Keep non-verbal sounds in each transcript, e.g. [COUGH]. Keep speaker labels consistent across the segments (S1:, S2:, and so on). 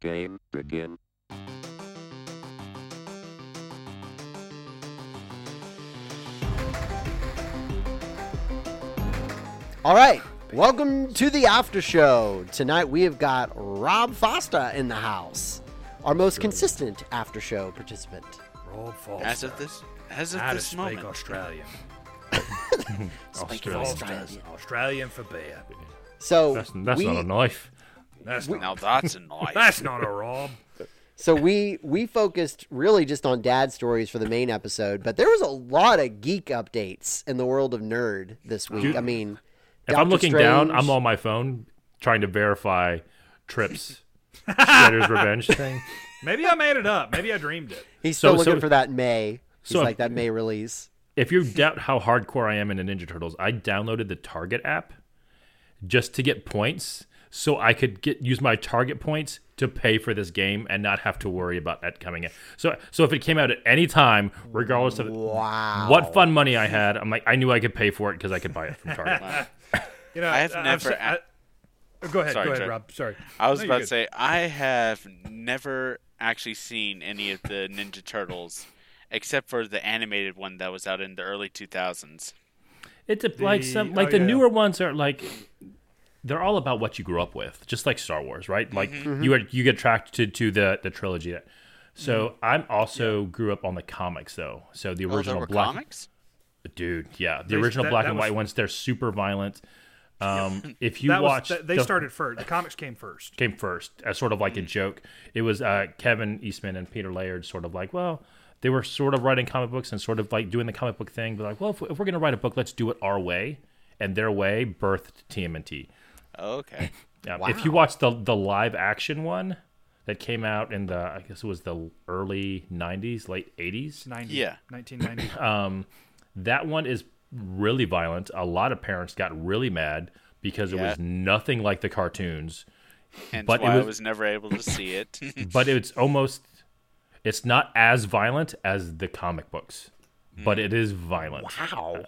S1: Game, begin.
S2: All right. Welcome to the after show. Tonight we have got Rob Foster in the house, our most consistent after show participant.
S3: Rob Foster.
S4: As of this, as of
S3: How to
S4: this
S3: speak
S4: moment,
S3: Australian.
S2: Speaking
S3: Foster's.
S2: Australian.
S3: Australian for beer.
S2: So
S5: That's, that's
S2: we,
S5: not a knife.
S3: That's not, [LAUGHS]
S4: now that's a knife.
S3: that's not a Rob.
S2: so we we focused really just on dad stories for the main episode, but there was a lot of geek updates in the world of nerd this week. I mean,
S5: If I'm
S2: Doctor
S5: looking down,
S2: Strange-
S5: I'm on my phone trying to verify
S2: [LAUGHS]
S5: Tripp's Shredder's Revenge thing.
S3: Maybe I made it up. Maybe I dreamed it.
S2: He's still
S5: so-
S2: looking
S5: so-
S2: for that May. He's
S5: so-
S2: like that May release.
S5: If you doubt how hardcore I am in the Ninja Turtles, I downloaded the Target app just to get points so I could get use my Target points to pay for this game and not have to worry about that coming in. So so if it came out at any time, regardless of
S2: Wow.
S5: what fun money I had, I'm like I knew I could pay for it because I could buy it from Target.
S3: You know,
S4: I have
S3: I've
S4: never
S3: se- I- go ahead.
S4: Sorry,
S3: go ahead,
S4: Trey.
S3: Rob. Sorry.
S4: I was
S3: No, you're
S4: about to
S3: good.
S4: say I have never actually seen any of the Ninja Turtles, except for the animated one that was out in the early 2000s.
S5: It's a, like some
S3: The-
S5: like
S3: oh,
S5: the
S3: yeah.
S5: newer ones are like they're all about what you grew up with, just like Star Wars, right? Like
S3: Mm-hmm.
S5: you are, you get attracted to the the trilogy. So
S3: Mm-hmm.
S5: I'm also grew up on the comics though. So the
S4: Oh, there
S5: original
S4: were
S5: black
S4: comics.
S5: dude, yeah, the
S3: They-
S5: original
S3: that-
S5: black
S3: that
S5: and
S3: was-
S5: white ones they're super violent. Um,
S3: [LAUGHS]
S5: if you
S3: that
S5: watch,
S3: was, th- they
S5: the-
S3: started first. The comics came first.
S5: came first as sort of like a joke. It was uh, Kevin Eastman and Peter Laird sort of like, well, they were sort of writing comic books and sort of like doing the comic book thing, but like, well, if, if we're going to write a book, let's do it our way. And their way birthed TMNT.
S4: Oh,
S5: [LAUGHS]
S4: okay.
S5: Um, If you
S2: Wow.
S5: watch the the live action one that came out in the, I guess it was the early 90s, late 80s,
S3: 90,
S4: Yeah. [LAUGHS]
S3: 1990.
S5: that one is really violent. A lot of parents got really mad because it
S4: Yeah.
S5: was nothing like the cartoons.
S4: Hence
S5: But it
S4: why I
S5: was-
S4: was never able to see
S5: [LAUGHS]
S4: it. [LAUGHS]
S5: but it's almost it's not as violent as the comic books but it is violent
S2: Wow.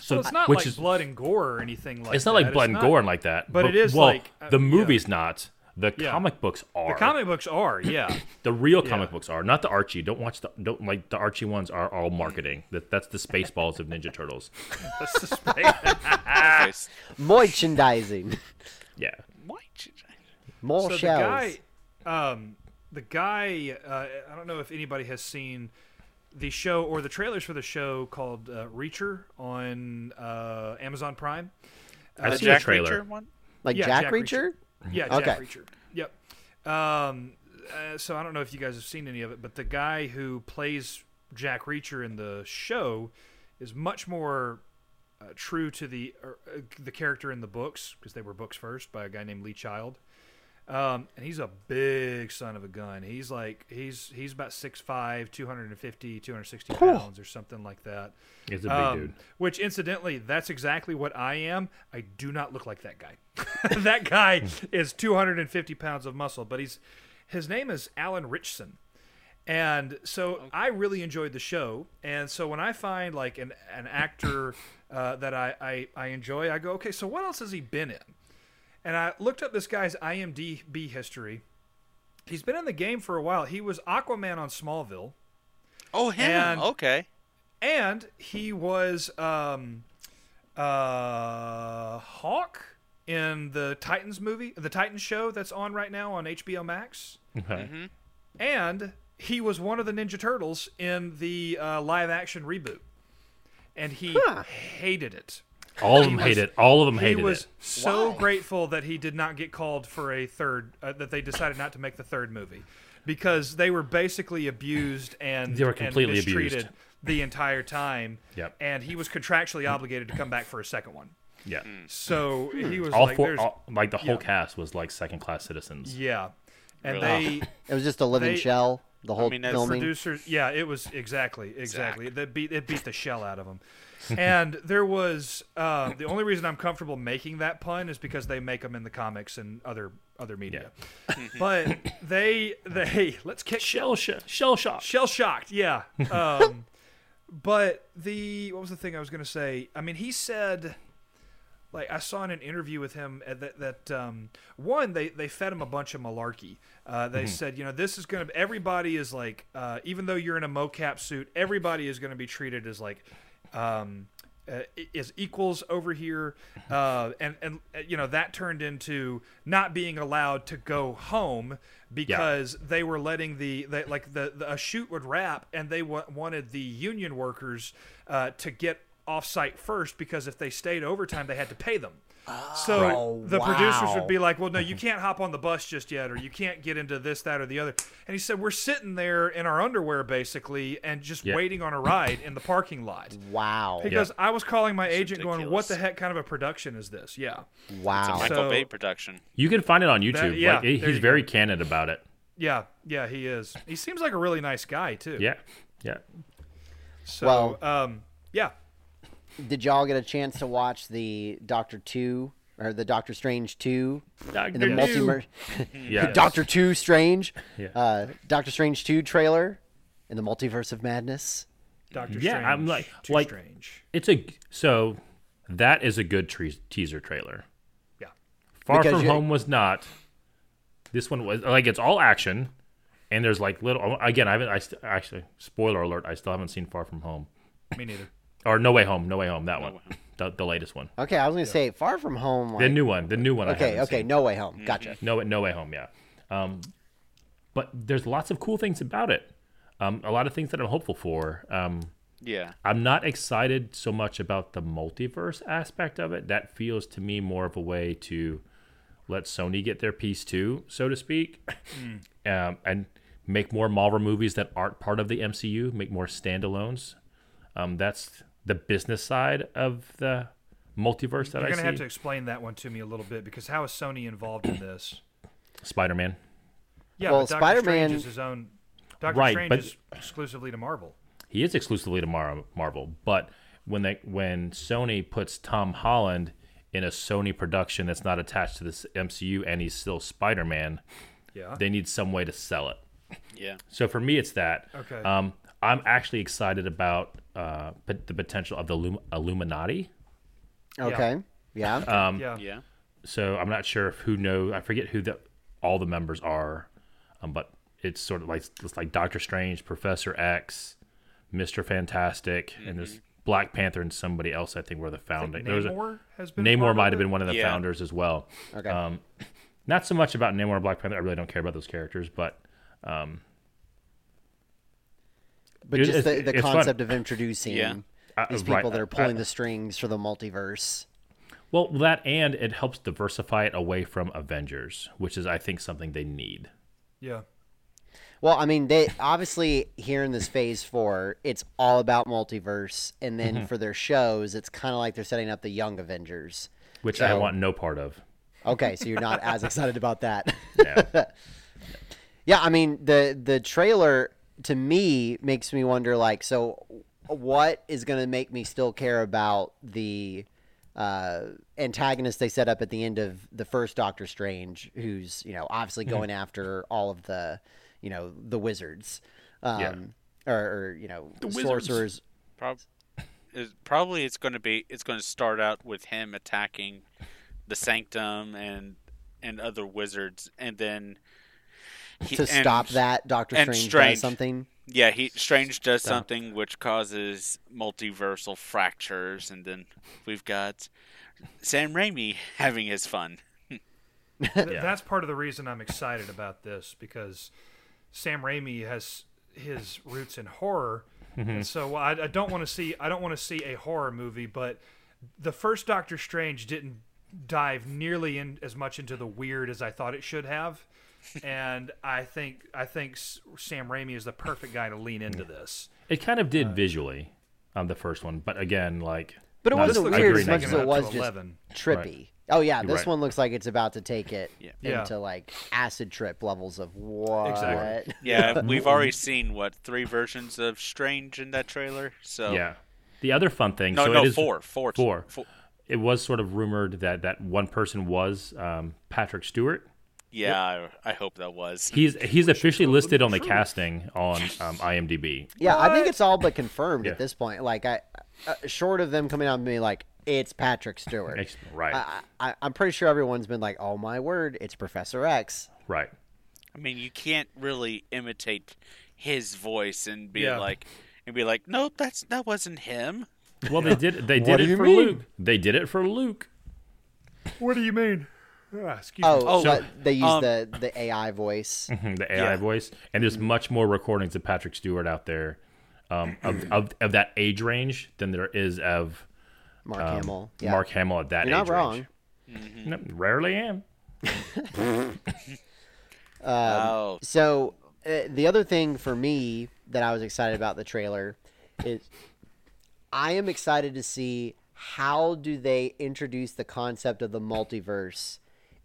S5: so
S3: it's not
S5: which
S3: like
S5: is
S3: blood and gore or anything like.
S5: it's not like
S3: that.
S5: blood and
S3: not-
S5: gore and like that
S3: but it is
S5: well,
S3: like, uh,
S5: the
S3: yeah.
S5: movie's not the
S3: Yeah.
S5: comic books are
S3: The comic books are,
S5: [LAUGHS]
S3: yeah.
S5: The real comic
S3: Yeah.
S5: books are not the Archie. Don't watch the don't like the Archie ones are all marketing. That that's the Spaceballs of Ninja Turtles.
S3: That's just right.
S4: Okay, s-
S2: Merchandising.
S5: Yeah,
S4: why should I-
S2: More
S3: so
S2: shells.
S3: the guy, um, the guy, uh, I don't know if anybody has seen the show or the trailers for the show called uh, Reacher on uh, Amazon Prime.
S5: I've
S4: the
S5: seen a
S4: Uh, Jack
S5: trailer.
S4: Reacher one?
S2: like
S3: yeah,
S2: Jack,
S3: Jack
S2: Reacher?
S3: Reacher. Yeah, Jack
S2: Okay.
S3: Reacher. Yep. Um, uh, so I don't know if you guys have seen any of it, but the guy who plays Jack Reacher in the show is much more uh, true to the er, uh, the character in the books because they were books first by a guy named Lee Child. Um, and he's a big son of a gun. He's like he's he's about 6'5", 250, 260 pounds or something like that.
S5: it's a big
S3: Um,
S5: dude.
S3: Which, incidentally, that's exactly what I am. I do not look like that guy. [LAUGHS] that guy is 250 pounds of muscle, but he's his name is Alan Richson. And so I really enjoyed the show. And so when I find like an, an actor uh, that I, I, I enjoy, I go, okay, so what else has he been in? And I looked up this guy's IMDb history. He's been in the game for a while. He was Aquaman on Smallville
S4: Oh, him.
S3: And-
S4: okay.
S3: and he was um, uh, Hawk in the Titans movie, the Titans show that's on right now on HBO Max,
S5: Okay.
S3: and he was one of the Ninja Turtles in the uh, live-action reboot, and he hated it.
S5: All of them hate it. All of them
S3: He
S5: hated
S3: was
S5: it.
S3: so grateful that he did not get called for a third, uh, that they decided not to make the third movie because they were basically abused and
S5: They were
S3: and
S5: completely abused.
S3: mistreated the entire time.
S5: Yep.
S3: And he was contractually obligated to come back for a second one.
S5: Yeah,
S3: So he was
S5: all
S3: like,
S5: four,
S3: there's,
S5: all, like the whole cast was like second class citizens.
S3: yeah. And
S4: Really?
S3: they
S2: It was just a living
S3: They-
S2: shell the whole
S4: mean, that's
S2: filming.
S3: producers, yeah, it was exactly, exactly. That beat it beat the shell out of them. and there was uh, the only reason I'm comfortable making that pun is because they make them in the comics and other other media. but they they let's kick
S5: Shell, sh- shell shock.
S3: shell shocked yeah um, but the what was the thing i was going to say i mean he said like I saw in an interview with him at that, that um, one they they fed him a bunch of malarkey. Uh, they said, you know, this is going to everybody is like, uh, even though you're in a mocap suit, everybody is going to be treated as like. Um, uh, i- is equals over here, uh, and and uh, you know that turned into not being allowed to go home because they were letting the, they, like the, the a shoot would wrap and they wa- wanted the union workers uh, to get off site first because if they stayed overtime they had to pay them. So
S2: Right.
S3: the producers
S2: wow.
S3: would be like, "Well, no, you can't hop on the bus just yet, or you can't get into this, that, or the other." And he said, "We're sitting there in our underwear, basically, and just
S5: Yeah.
S3: waiting on a ride in the parking lot."
S2: Wow.
S3: Because I was calling my agent, going, "What
S4: ridiculous.
S3: the heck kind of a production is this?" Yeah,
S2: Wow.
S4: Michael
S3: So-
S4: Bay production.
S5: You can find it on YouTube.
S3: yeah,
S5: like, he-
S3: there
S5: he's
S3: you
S5: very candid about it.
S3: yeah, yeah. He is. He seems like a really nice guy too.
S5: Yeah, yeah.
S3: So,
S2: Well-
S3: um, yeah,
S2: Did y'all get a chance to watch the Doctor Two or the Doctor Strange Two in the multiverse?
S5: Yeah.
S2: Doctor Two Strange,
S5: Yeah.
S2: uh, Doctor Strange Two trailer in the multiverse of madness.
S3: Doctor.
S5: Yeah,
S3: Strange,
S5: I'm like-
S3: too
S5: like-
S3: strange.
S5: It's a so that is a good tre- teaser trailer.
S3: Yeah,
S5: Far
S2: Because
S5: from
S2: you-
S5: Home was not. This one was like it's all action, and there's like little again. I haven't. I st- actually spoiler alert. I still haven't seen Far from Home
S3: me neither.
S5: or No Way Home. No Way Home. That one, [LAUGHS] the, the latest one,
S2: Okay, I was gonna say Far From Home.
S5: the
S2: Like,
S5: new one, the new one. I
S2: okay,
S5: haven't
S2: okay,
S5: seen.
S2: No Way Home. Gotcha.
S5: No, no way home. Yeah, um, but there's lots of cool things about it. Um, a lot of things that I'm hopeful for. Um,
S4: Yeah.
S5: I'm not excited so much about the multiverse aspect of it. That feels to me more of a way to let Sony get their piece too, so to speak,
S3: Hmm.
S5: um, and make more Marvel movies that aren't part of the MCU, make more standalones. Um, that's the business side of the multiverse that
S3: You're
S5: I
S3: gonna
S5: see.
S3: have to explain that one to me a little bit because how is Sony involved in this?
S5: [CLEARS THROAT] Spider-Man.
S3: Yeah,
S2: Well,
S3: but Doctor
S2: Spider-Man-
S3: Strange is his own. Doctor
S5: Right,
S3: Strange
S5: but-
S3: is exclusively to Marvel.
S5: he is exclusively to Mar- Marvel, but when they when Sony puts Tom Holland in a Sony production that's not attached to this MCU and he's still Spider Man,
S3: Yeah.
S5: they need some way to sell it.
S4: Yeah.
S5: So for me, it's that.
S3: Okay.
S5: Um, I'm actually excited about uh, p- the potential of the Lum- Illuminati.
S2: Okay, yeah.
S5: Uh, um,
S3: yeah.
S4: Yeah.
S5: So I'm not sure if who know. I forget who the all the members are, um, but it's sort of like it's like Doctor Strange, Professor X, Mister Fantastic, and there's Black Panther and somebody else. I think were the founding. there was a-
S3: Mm-hmm. Namor has been. part
S5: Namor
S3: of
S5: might have
S3: it?
S5: been one of the
S4: Yeah.
S5: founders as well.
S2: Okay.
S5: Um, not so much about Namor or Black Panther. I really don't care about those characters, but
S2: but
S5: it-
S2: just the,
S5: it-
S2: the
S5: it's fun.
S2: concept of introducing
S4: Yeah.
S5: Uh,
S2: these people
S5: right,
S2: that
S5: uh,
S2: are pulling the strings for the multiverse.
S5: well, that and it helps diversify it away from Avengers, which is I think something they need.
S3: Yeah.
S2: Well, I mean, they obviously here in this phase four, it's all about multiverse, and then for their shows, it's kind of like they're setting up the Young Avengers.
S5: Which I
S2: So-
S5: want no part of.
S2: Okay, so you're not as excited about that.
S5: No.
S2: [LAUGHS] yeah, I mean the the trailer to me makes me wonder like so what is going to make me still care about the uh, antagonist they set up at the end of the first Doctor Strange, who's you know obviously
S4: Mm-hmm.
S2: going after all of the you know the wizards, um, or, or you know
S5: wizards.
S2: sorcerers.
S4: Prob- is- probably it's going to be it's going to start out with him attacking the sanctum and and other wizards and then he,
S2: To
S4: and-
S2: stop that, Doctor
S4: and
S2: Strange,
S4: Strange.
S2: does something.
S4: yeah he strange does something which causes multiversal fractures and then we've got sam raimi having his fun
S3: Th- That's part of the reason I'm excited about this because Sam Raimi has his roots in horror, and so I, I don't want to see I don't want to see a horror movie. But the first Doctor Strange didn't dive nearly in as much into the weird as I thought it should have, and I think I think S- Sam Raimi is the perfect guy to lean into this.
S5: It kind of did visually on the first one, but again, like,
S2: But it
S5: not
S2: wasn't
S5: as- I
S2: weird
S5: agree
S2: as
S5: not
S2: much
S5: as
S2: as
S3: taking
S2: it
S5: much.
S3: up
S2: was
S3: to
S2: just
S3: 11.
S2: trippy. Oh yeah, this
S5: right.
S2: one looks like it's about to take it
S4: Yeah.
S3: Yeah.
S2: into like acid trip levels of what?
S3: Exactly.
S4: yeah [LAUGHS] we've already seen what three versions of strange in that trailer so
S5: Yeah. The other fun thing.
S4: no
S5: so
S4: no
S5: it is,
S4: four, four,
S5: Four.
S4: four.
S5: It was sort of rumored that that one person was um, Patrick Stewart.
S4: yeah I, I hope that was
S5: He's he's officially listed on the casting on um, IMDb.
S2: Yeah, I think it's all but confirmed at this point. Like I, uh, short of them coming out and being like, it's Patrick Stewart.
S5: Ex- Right,
S2: I, I, I'm pretty sure everyone's been like, "Oh my word, it's Professor X."
S5: right.
S4: I mean, you can't really imitate his voice and be
S3: Yeah.
S4: like, and be like, nope, that's that wasn't him.
S5: Well, they did. They
S2: What
S5: did
S2: do you
S5: it for
S2: mean?
S5: Luke. They did it for Luke.
S3: What do you mean? Ah, excuse
S2: Oh,
S3: me.
S4: Oh,
S2: but they use
S4: um,
S2: the the AI
S5: [LAUGHS]
S2: voice.
S5: Mhm, the AI
S4: Yeah.
S5: voice, and there's much more recordings of Patrick Stewart out there um,
S2: [CLEARS THROAT]
S5: of, of of that age range than there is of
S2: Mark
S5: um,
S2: Hamill. Yeah.
S5: Mark Hamill at that
S2: You're not
S5: age
S2: wrong.
S5: range. No, rarely am. Um,
S4: oh,
S2: So uh, the other thing for me that I was excited about the trailer is I am excited to see how do they introduce the concept of the multiverse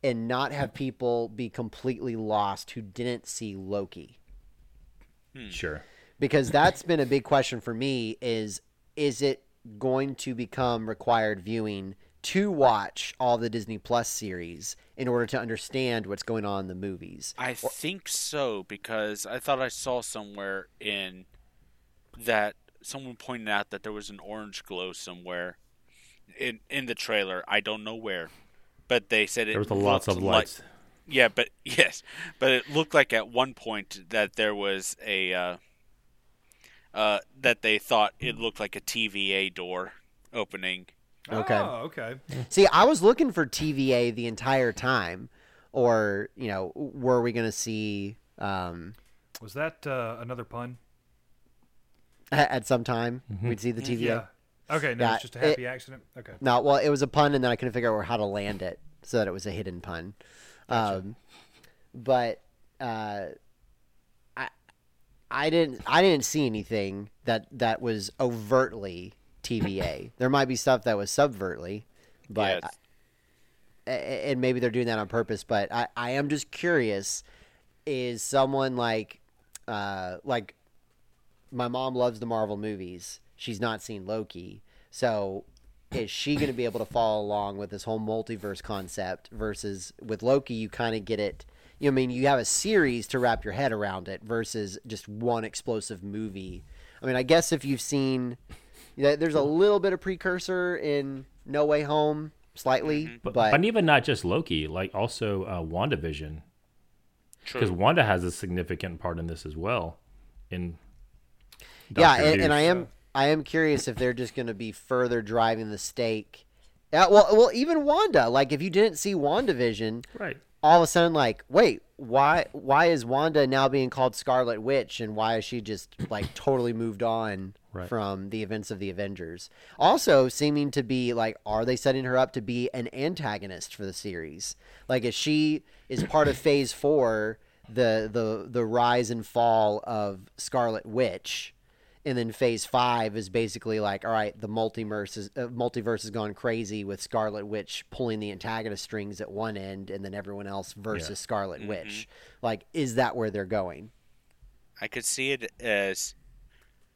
S2: and not have people be completely lost who didn't see Loki Hmm.
S5: Sure.
S2: because that's been a big question for me is is it going to become required viewing to watch all the Disney Plus series in order to understand what's going on in the movies
S4: I think so because I thought I saw somewhere in that someone pointed out that there was an orange glow somewhere in in the trailer. I don't know where, but they said it
S5: There was a lots of
S4: looked like-
S5: lights.
S4: yeah, but [LAUGHS] yes, but it looked like at one point that there was a uh, uh, that they thought it looked like a TVA door opening.
S2: okay.
S3: Oh, okay.
S2: See, I was looking for TVA the entire time, or you know, were we going to see um, [LAUGHS]
S3: Was that uh, another pun?
S2: a- at some time we'd see the TVA?
S3: Okay, no,
S2: Yeah,
S3: it's just a happy accident. Okay.
S2: No, well, it was a pun, and then I couldn't figure out how to land it so that it was a hidden pun. Um, but uh, I, I didn't, I didn't see anything that that was overtly TVA. there might be stuff that was subvertly, but
S4: Yes.
S2: a- a- and maybe they're doing that on purpose, but I, I am just curious is someone like uh like my mom loves the Marvel movies. She's not seen Loki. So is she going to be able to follow along with this whole multiverse concept versus with Loki you kind of get it you know, I mean you have a series to wrap your head around it versus just one explosive movie. I mean I guess if you've seen yeah, there's a little bit of precursor in No Way Home slightly
S5: But,
S2: but
S5: but even not just Loki, like also uh, WandaVision, because
S4: True.
S5: Wanda has a significant part in this as well. In
S2: yeah
S5: Dr.
S2: and, and i
S5: Seuss.
S2: am i am curious if they're just going to be further driving the stake yeah well well even wanda like if you didn't see wandavision
S5: right.
S2: all of a sudden like wait why why is wanda now being called scarlet witch and why is she just like totally moved on
S5: Right.
S2: from the events of the avengers also seeming to be like are they setting her up to be an antagonist for the series like is she is part of phase four the the the rise and fall of scarlet witch and then phase five is basically like all right the multiverse is, uh, multiverse has gone crazy with scarlet witch pulling the antagonist strings at one end and then everyone else versus scarlet witch like is that where they're going
S4: I could see it as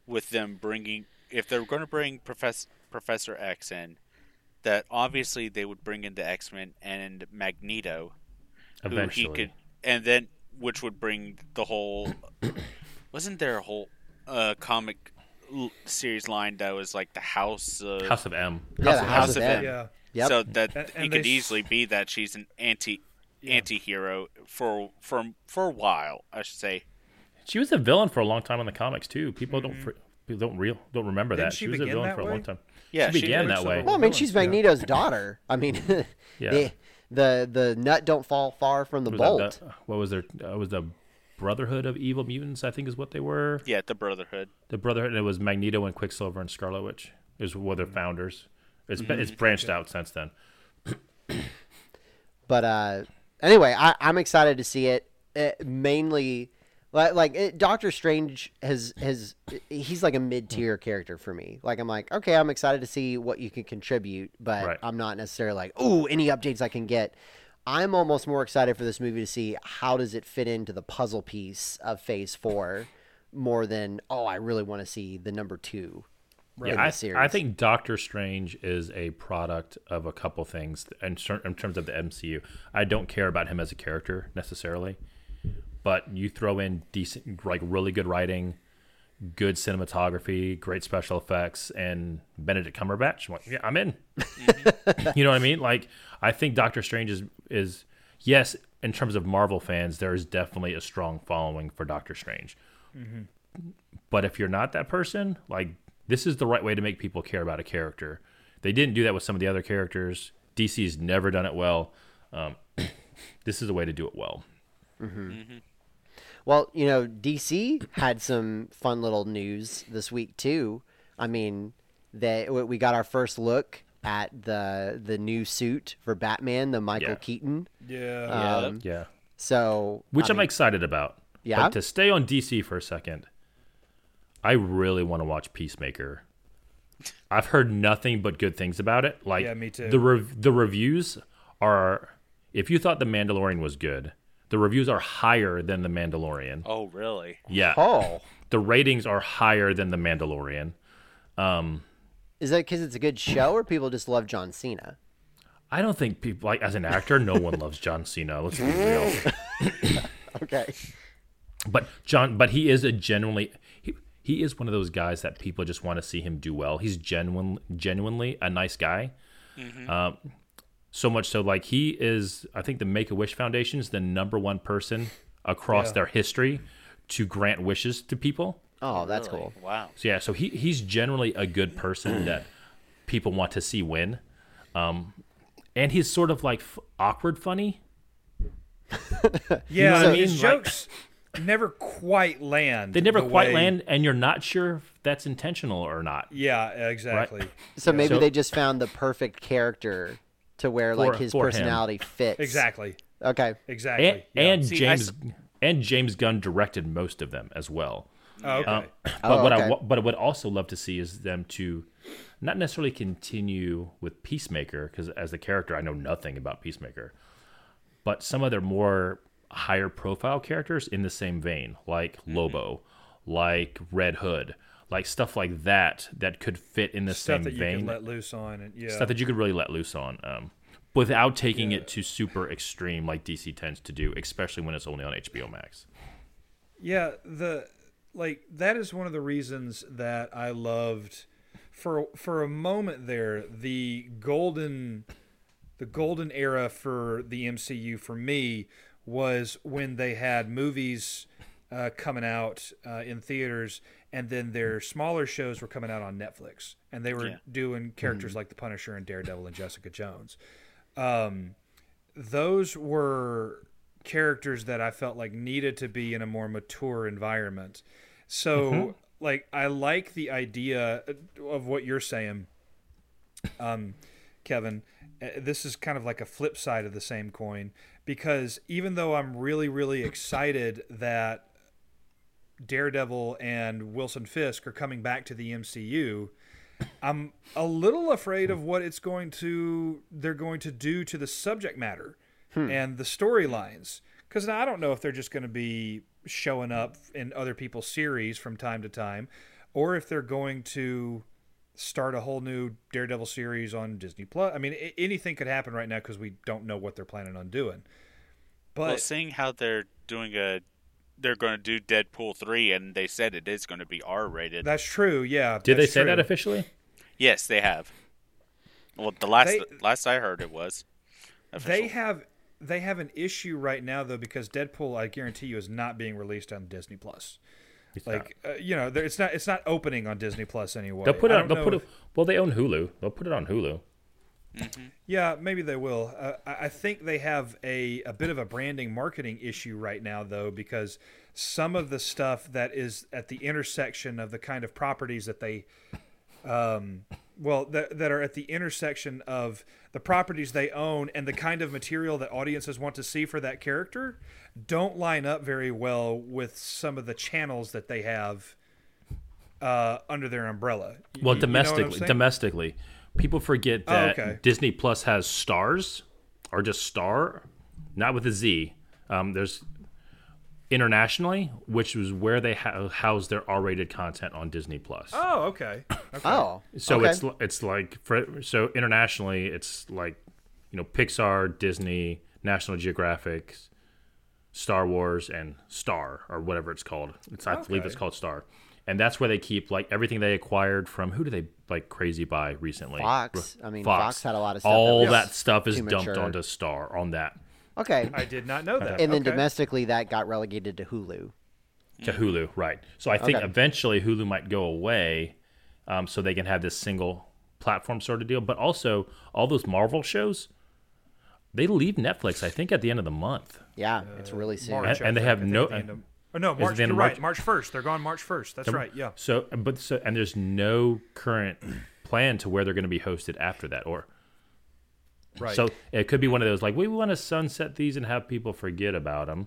S4: with them bringing if they were going to bring Professor Professor X in, that obviously they would bring in the X Men and Magneto,
S5: Eventually,
S4: who he could, and then which would bring the whole. [COUGHS] wasn't there a whole uh, comic l- series line that was like the House of
S5: House of M.
S2: yeah the house,
S4: House
S2: of
S4: of
S2: M.
S4: M.
S3: Yeah.
S2: Yep.
S4: So that
S3: And-
S4: it
S3: and
S4: could
S3: they s-
S4: easily be that she's an anti anti-hero for for for a while, I should say.
S5: She was a villain for a long time in the comics too. People don't fr- people don't real don't remember
S3: Mm-hmm. Didn't
S5: that.
S3: she
S5: was a
S3: begin
S5: villain
S3: that
S5: for a
S3: way?
S5: long time.
S4: Yeah,
S5: she
S4: she
S5: began
S3: was
S5: that
S3: a
S5: way.
S2: well i
S3: villain.
S2: mean she's
S3: Yeah.
S2: magneto's daughter i mean [LAUGHS]
S5: Yeah.
S2: the, the the nut don't fall far from the
S5: Was that
S2: bolt
S5: the- what was their? Uh, was the Brotherhood of Evil Mutants? I think is what they were.
S4: Yeah, the Brotherhood.
S5: The Brotherhood. And it was Magneto and Quicksilver and Scarlet Witch. Is one of
S3: Mm-hmm.
S5: their founders. It's been it's branched out since then.
S2: But uh, anyway, I, I'm excited to see it. it mainly, li- like it, Doctor Strange has has he's like a mid tier character for me. Like I'm like okay, I'm excited to see what you can contribute, but
S5: Right.
S2: I'm not necessarily like ooh any updates I can get. I'm almost more excited for this movie to see how does it fit into the puzzle piece of Phase Four, more than oh I really want to see the number two. in
S5: I,
S2: the series.
S5: I think Doctor Strange is a product of a couple things in, cer- in terms of the MCU. I don't care about him as a character necessarily, but you throw in decent, like really good writing, good cinematography, great special effects, and Benedict Cumberbatch. I'm like, yeah, I'm in.
S2: Mm-hmm.
S5: [LAUGHS] you know what I mean? Like, I think Doctor Strange is is yes, in terms of Marvel fans, there is definitely a strong following for Doctor Strange. But if you're not that person, like this is the right way to make people care about a character. They didn't do that with some of the other characters. DC's never done it well. Um, [CLEARS THROAT] this is a way to do it well.
S2: Well, you know, DC had some fun little news this week too. I mean, they we we got our first look at the the new suit for Batman, the Michael
S5: Yeah.
S2: Keaton.
S3: Yeah.
S2: Um,
S5: Yeah.
S2: So
S5: which
S2: I
S5: I'm
S2: mean,
S5: excited about.
S2: Yeah?
S5: But to stay on DC for a second, I really want to watch Peacemaker. I've heard nothing but good things about it. Like,
S3: Yeah, me too.
S5: The rev- the reviews are. If you thought the Mandalorian was good, the reviews are higher than the Mandalorian.
S4: Oh, really?
S5: Yeah,
S2: oh,
S5: the ratings are higher than the Mandalorian.
S2: is that because it's a good show or people just love John Cena?
S5: I don't think people like as an actor, no one loves John Cena. Let's be real.
S2: Okay.
S5: But John, but he is a genuinely he, he is one of those guys that people just want to see him do well. He's genuine, genuinely a nice guy. Um, so much so, like he is. I think the Make a Wish Foundation is the number one person across their history to grant wishes to people.
S2: Oh, that's
S4: Really?
S2: cool.
S4: Wow.
S5: So yeah, so he he's generally a
S3: [CLEARS THROAT]
S5: good person that people want to see win, um, and he's sort of like f- awkward funny.
S3: Yeah,
S5: what I
S3: his
S5: mean? Like-
S3: jokes never quite land.
S5: They never
S3: the
S5: quite
S3: way-
S5: land, and you're not sure if that's intentional or not.
S3: Yeah, exactly.
S2: So maybe
S5: So-
S2: they just found the perfect character to where like
S5: For-
S2: his
S5: for him.
S2: personality fits.
S3: Exactly.
S2: Okay.
S3: Exactly.
S5: and,
S3: yeah.
S5: and
S4: See, I
S5: James
S4: s-
S5: and James Gunn directed most of them as well.
S3: Oh, okay.
S5: Um, but
S2: Oh,
S5: what
S2: okay.
S5: I wa- but I would also love to see is them to not necessarily continue with Peacemaker because as the character I know nothing about Peacemaker, but some of their more higher profile characters in the same vein, like
S3: Mm-hmm.
S5: Lobo, like Red Hood, like stuff like that that could fit in the
S3: Stuff
S5: same
S3: that you
S5: vein
S3: can let loose on, and yeah,
S5: stuff that you could really let loose on um, without taking it to super extreme like DC tends to do, especially when it's only on HBO Max.
S3: yeah. The like that is one of the reasons that I loved for for a moment there the golden the golden era for the MCU for me was when they had movies uh, coming out uh, in theaters, and then their smaller shows were coming out on Netflix, and they were doing characters like the Punisher and Daredevil and Jessica Jones. Um, those were characters that I felt like needed to be in a more mature environment. So, like, I like the idea of what you're saying. um, Kevin, uh, this is kind of like a flip side of the same coin because even though I'm really, really excited that Daredevil and Wilson Fisk are coming back to the MCU, I'm a little afraid of what it's going to they're going to do to the subject matter
S5: Hmm.
S3: and the storylines because I don't know if they're just going to be showing up in other people's series from time to time or if they're going to start a whole new Daredevil series on Disney Plus. I mean, a- anything could happen right now because we don't know what they're planning on doing. But
S4: well, seeing how they're doing a, they're going to do Deadpool three, and they said it is going to be R rated.
S3: that's true. Yeah.
S5: Did they
S3: that's
S5: say that
S3: true.
S5: officially?
S4: Yes, they have. Well, the last
S3: They-
S4: last I heard it was.
S3: They
S4: official.
S3: have they have an issue right now though because Deadpool, I guarantee you, is not being released on Disney Plus. Like uh, you know, there- it's not it's not opening on Disney Plus anyway.
S5: They'll put it
S3: I don't
S5: on. They'll
S3: know
S5: put it,
S3: if-
S5: well, they own Hulu. They'll put it on Hulu.
S3: Yeah, maybe they will. Uh, I I think they have a, a bit of a branding marketing issue right now, though, because some of the stuff that is at the intersection of the kind of properties that they, um, well, that, that are at the intersection of the properties they own and the kind of material that audiences want to see for that character don't line up very well with some of the channels that they have uh, under their umbrella. You- you know
S5: Well,
S3: what I'm
S5: domestically,
S3: saying? Oh,
S5: domestically, people forget that
S3: okay.
S5: Disney Plus has stars, or just star, not with a Z. Um, there's internationally, which was where they ha- house their R-rated content on Disney Plus.
S3: Oh, okay.
S2: Oh.
S5: So
S2: okay.
S5: it's it's like for, so internationally, it's like you know Pixar, Disney, National Geographic, Star Wars, and Star or whatever it's called. It's I believe it's
S3: Okay.
S5: called Star. and that's where they keep like everything they acquired from. Who do they like crazy buy recently?
S2: Fox. I mean, Fox had a lot of stuff that
S5: All
S2: was
S5: that stuff is
S2: too
S5: dumped
S2: mature.
S5: onto Star on that
S2: Okay.
S3: I did not know that.
S2: And then
S3: Okay.
S2: domestically, that got relegated to Hulu.
S5: to Hulu, right? So I think
S2: Okay.
S5: eventually Hulu might go away, um, so they can have this single platform sort of deal. But also, all those Marvel shows, they leave Netflix. I think at the end of the month.
S2: Yeah,
S5: Uh,
S2: it's really soon.
S3: March,
S5: And- and
S3: I
S5: they have
S3: think, at
S5: no- uh,
S3: the end of- or Oh, no,
S5: the
S3: March.
S5: end
S3: You're
S5: of
S3: right. March first. They're gone March first. That's right. Yeah.
S5: So, but so, and there's no current plan to where they're going to be hosted after that, or
S3: Right. Uh,
S5: so it could be one of those like we want to sunset these and have people forget about them,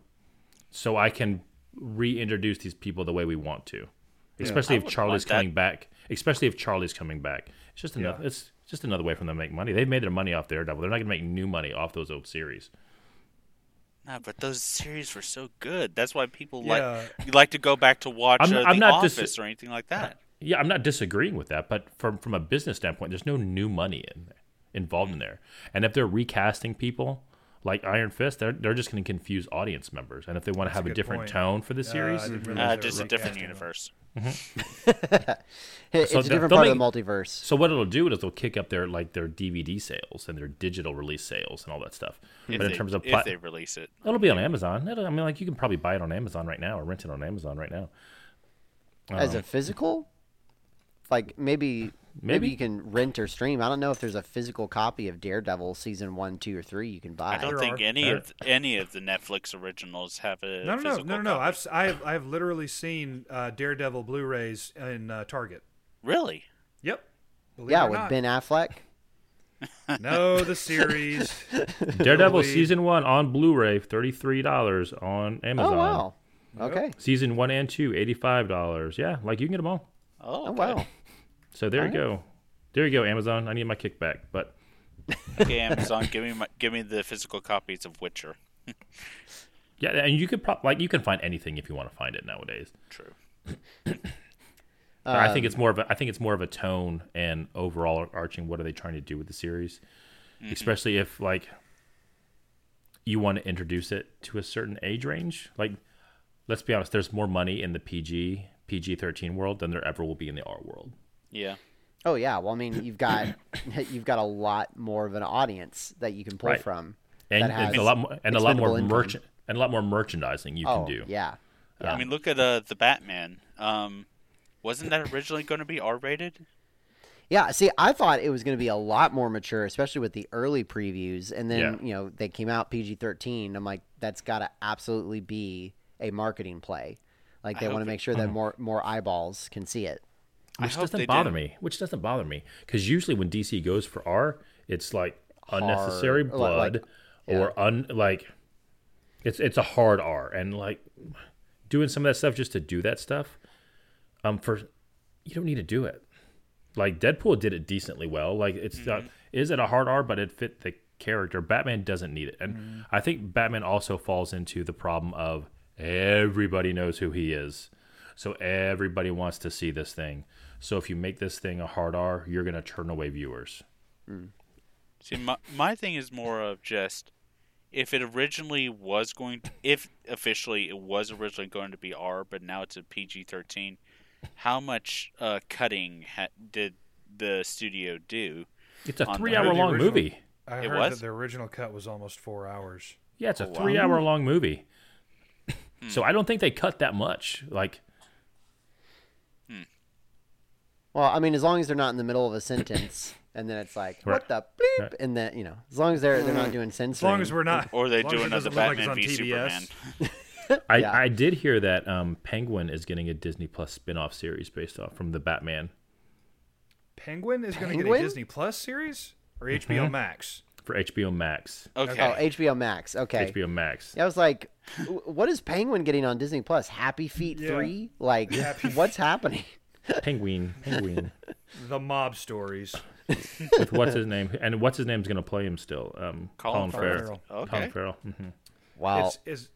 S5: so I can reintroduce these people the way we want to, especially if
S4: wouldn't
S5: Charlie's
S4: want that.
S5: coming back. Especially if Charlie's coming back, it's just another it's just another way for them to make money. They've made their money off Daredevil. They're not going to make new money off those old series.
S4: Nah, but those series were so good. That's why people
S3: Yeah.
S4: like you like to go back to watch
S5: I'm-
S4: uh,
S5: I'm
S4: The
S5: not
S4: Office
S5: dis-
S4: or anything like that.
S5: Yeah, I'm not disagreeing with that, but from from a business standpoint, there's no new money in there, involved in there. And if they're recasting people like Iron Fist, they're they're just going to confuse audience members. And if they want to have a,
S3: good
S5: different
S3: point.
S5: tone for the series,
S3: I didn't realize
S4: Uh,
S3: they
S4: just
S3: were
S4: a different
S3: recasting them.
S4: universe.
S2: It's
S5: So
S2: a
S5: th-
S2: different
S5: they'll
S2: part of the multiverse.
S5: so what it'll do is it'll kick up their like their DVD sales and their digital release sales and all that stuff.
S4: If
S5: but in
S4: they-
S5: terms of
S4: if
S5: pla-
S4: they release it,
S5: it'll be on Amazon. It'll, I mean, like you can probably buy it on Amazon right now or rent it on Amazon
S4: [LAUGHS]
S5: right now. Oh.
S2: As a physical, like maybe, maybe
S5: Maybe.
S2: you can rent or stream. I don't know if there's a physical copy of Daredevil season one, two, or three you can buy.
S4: I don't
S3: There
S4: think
S3: are-
S4: any
S5: there-
S4: of any of the Netflix originals have a
S3: No, no, no,
S4: physical
S3: no, no, no.
S4: copy.
S3: I've s- I have I have literally seen uh, Daredevil Blu-rays in uh, Target.
S4: Really?
S3: Yep. Believe
S2: yeah,
S3: it or
S2: with
S3: not.
S2: Ben Affleck.
S3: No, the
S4: [LAUGHS]
S3: series.
S5: Daredevil
S3: Totally.
S5: season one on Blu-ray, thirty three dollars on Amazon.
S2: Oh wow. Okay.
S5: Season one and two, eighty-five dollars. Yeah, like you can get them all.
S4: Oh,
S2: Oh
S4: okay.
S2: wow.
S5: So there you go. There you go, Amazon. I need my kickback. But
S4: Okay, Amazon, give me my, give me the physical copies of Witcher.
S5: yeah, and you could pro- like you can find anything if you want to find it nowadays.
S4: True.
S5: But I think
S2: Um,
S5: it's more of a I think it's more of a tone and overall arching. What are they trying to do with the series?
S2: Mm-hmm.
S5: Especially if like you want to introduce it to a certain age range. Like, let's be honest. There's more money in the PG PG thirteen world than there ever will be in the R world.
S4: Yeah.
S2: Oh yeah. Well, I mean, you've got [COUGHS] you've got a lot more of an audience that you can pull
S5: Right.
S2: from.
S5: And
S2: that has
S5: it's a lot more and a lot more
S2: expendable income.
S5: merchant and a lot more merchandising you
S2: Oh
S5: can do.
S2: yeah.
S4: I mean, look at uh, the Batman. Um, wasn't that originally going to be R rated?
S2: Yeah, see, I thought it was going to be a lot more mature, especially with the early previews, and then
S5: Yeah.
S2: you know they came out PG thirteen. I'm like, that's got to absolutely be a marketing play. Like they
S4: hope
S2: want to make sure
S3: Mm-hmm.
S2: that more more eyeballs can see it.
S4: I
S5: which
S4: hope they
S5: doesn't bother
S4: didn't.
S5: me. Which doesn't bother me because usually when DC goes for R, it's like unnecessary
S2: Hard, like-
S5: blood or un like it's it's a hard R and like doing some of that stuff just to do that stuff. Um, for you don't need to do it. Like Deadpool did it decently well. Like it's not is it a hard R, but it fit the character. Batman doesn't need it, and I think Batman also falls into the problem of everybody knows who he is, so everybody wants to see this thing. So if you make this thing a hard R, you're gonna turn away viewers.
S4: See, my, my thing is more of just if it originally was going to, if officially it was originally going to be R, but now it's a PG 13, how much uh, cutting ha- did the studio do?
S5: It's a
S4: On the-
S5: three-hour long
S3: original.
S5: movie.
S3: I
S4: It
S3: heard
S4: was?
S3: that the original cut was almost four hours.
S5: Yeah, it's a
S4: Oh, wow.
S5: three-hour long movie.
S3: Hmm.
S5: so I don't think they cut that much. Like
S2: Well, I mean, as long as they're not in the middle of a sentence,
S3: [COUGHS]
S2: and then it's like,
S5: Right.
S2: what the bleep, and then you know, as long as they're they're not doing censoring.
S3: Mm. As long as we're not.
S4: Or they
S3: as long
S4: do
S3: as it
S4: another
S3: doesn't look like it's
S4: Batman
S3: on
S4: v
S3: TBS.
S4: Superman?
S5: I,
S2: Yeah.
S5: I did hear that um, Penguin is getting a Disney Plus spin-off series based off from the Batman
S3: Penguin is going to get a
S2: Penguin?
S3: Disney Plus series or HBO
S5: Mm-hmm.
S3: Max.
S5: for HBO Max.
S4: Okay.
S2: oh HBO Max, okay.
S5: HBO Max.
S2: I was
S3: [LAUGHS]
S2: like, w- what is Penguin getting on Disney Plus? Happy Feet
S3: Yeah.
S2: three? Like,
S3: Happy
S2: what's happening?
S5: Penguin. Penguin.
S3: The Mob Stories.
S5: With what's his name? And what's his name's going to play him still? Um,
S4: Colin
S5: Colin,
S4: Farrell.
S5: Farrell.
S4: Okay.
S5: Colin Farrell. hmm
S2: Wow.
S3: It's is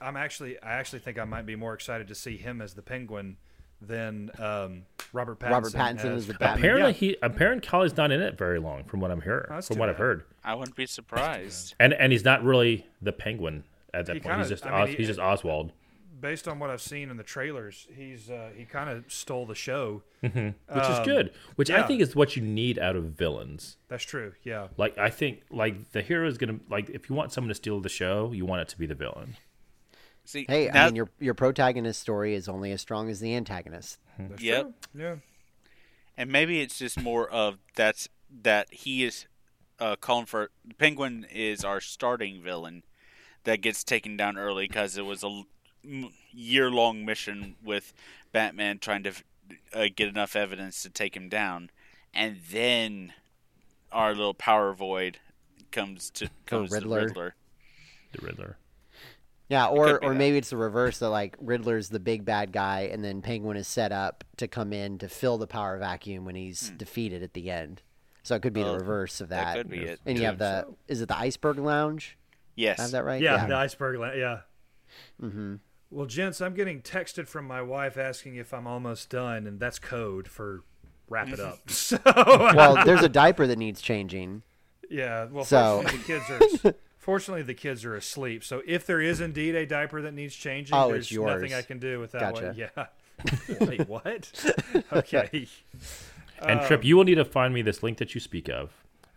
S3: I'm actually I actually think I might be more excited to see him as the Penguin than um, Robert Pattinson.
S2: Robert Pattinson
S3: as
S2: is the
S3: Batman.
S2: Batman.
S5: Apparently
S3: Yeah.
S5: he. Apparently Colin's not in it very long, from what I'm hearing.
S3: that's
S5: from
S3: too
S5: what
S3: bad.
S5: I've heard.
S4: I wouldn't be surprised.
S5: And and he's not really the Penguin at that
S3: He
S5: point. he's
S3: kinda-
S5: just
S3: I mean,
S5: Os-
S3: he-
S5: he's just Oswald.
S3: based on what I've seen in the trailers, he's uh, he kind of stole the show.
S5: which is good. Which I
S3: um, yeah.
S5: think is what you need out of villains.
S3: That's true. Yeah.
S5: Like I think like the hero is gonna like if you want someone to steal the show, you want it to be the villain.
S4: See,
S2: Hey, I
S4: now-
S2: mean, your your protagonist story is only as strong as the antagonist.
S3: That's
S4: Yep.
S3: true. Yeah.
S4: and maybe it's just more of that's that he is uh, calling for Penguin is our starting villain that gets taken down early because it was a year long mission with Batman trying to f- uh, get enough evidence to take him down, and then our little power void comes to comes
S2: Oh, Riddler.
S4: to Riddler.
S5: The Riddler.
S2: Yeah,
S4: could
S2: or
S4: be
S2: or
S4: that.
S2: maybe it's the reverse that like Riddler's the big bad guy, and then Penguin is set up to come in to fill the power vacuum when he's defeated at the end. So it could be the
S4: Hmm. Oh,
S2: reverse of
S4: That
S2: that.
S4: could be it.
S2: and you have the is it the Iceberg Lounge?
S4: Yes,
S2: I have that right?
S3: Yeah, the iceberg. La- yeah. Mm-hmm. Well, gents, I'm getting texted from my wife asking if I'm almost done, and that's code for wrap it up.
S2: [LAUGHS]
S3: [LAUGHS] So
S5: [LAUGHS]
S2: well, there's a diaper that needs changing.
S3: yeah. Well,
S2: So-
S3: fortunately, the
S2: [LAUGHS]
S3: kids are. Fortunately, the kids are asleep. So if there is indeed a diaper that needs changing,
S2: Oh,
S3: there's
S2: it's yours.
S3: nothing I can do with that one.
S2: Gotcha.
S3: Yeah.
S2: [LAUGHS]
S3: Wait, what? Okay.
S5: And Trip, you will need to find me this link that you speak of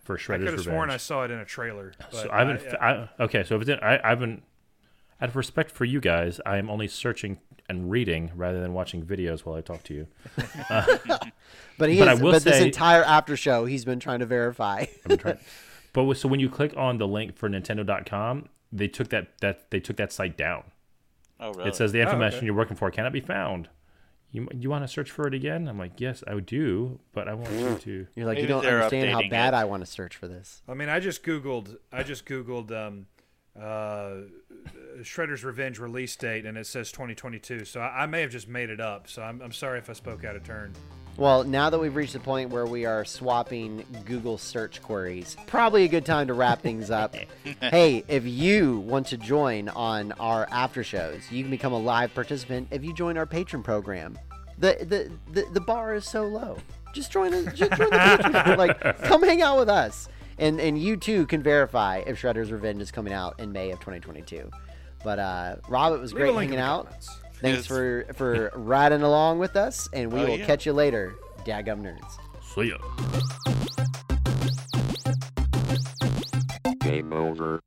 S5: for
S3: Oh. I could
S5: Shredder's
S3: have
S5: Revenge.
S3: sworn I saw it in a trailer. But
S5: so I haven't.
S3: I- uh,
S5: f I okay, so if it's in, I, I haven't. Out of respect for you guys, I am only searching and reading rather than watching videos while I talk to you.
S2: But he
S5: But I
S2: is,
S5: will
S2: but this
S5: say-
S2: entire after show he's been trying to
S5: [LAUGHS]
S2: verify.
S5: But with- so when you click on the link for Nintendo.com, they took that that they took that site down.
S4: Oh, really?
S5: It says the information
S3: okay.
S5: you're working for cannot be found. You you want to search for it again? I'm like, yes, I do, but I want you to.
S2: You're like,
S4: Maybe
S2: you don't
S4: they're
S2: understand how
S4: updating
S2: bad
S4: it.
S2: I want to search for this.
S3: I mean, I just googled. I just googled um, uh, Shredder's Revenge release date, and it says 2022. So I, I may have just made it up. So I'm, I'm sorry if I spoke out of turn.
S2: Well, now that we've reached the point where we are swapping Google search queries, probably a good time to wrap things up. hey, if you want to join on our after shows, you can become a live participant if you join our patron program. The the the, the bar is so low. Just join us. Just join the patron. like, come hang out with us, and and you too can verify if Shredder's Revenge is coming out in May of 2022. But uh, Rob, it was
S3: Leave a
S2: great
S3: link in
S2: hanging
S3: the
S2: out.
S3: comments.
S2: Thanks
S4: Yes.
S2: for
S4: [LAUGHS]
S2: for riding along with us, and we
S4: Oh,
S2: will
S4: yeah.
S2: catch you later, Dagum Nerds.
S5: See ya.
S1: Game over.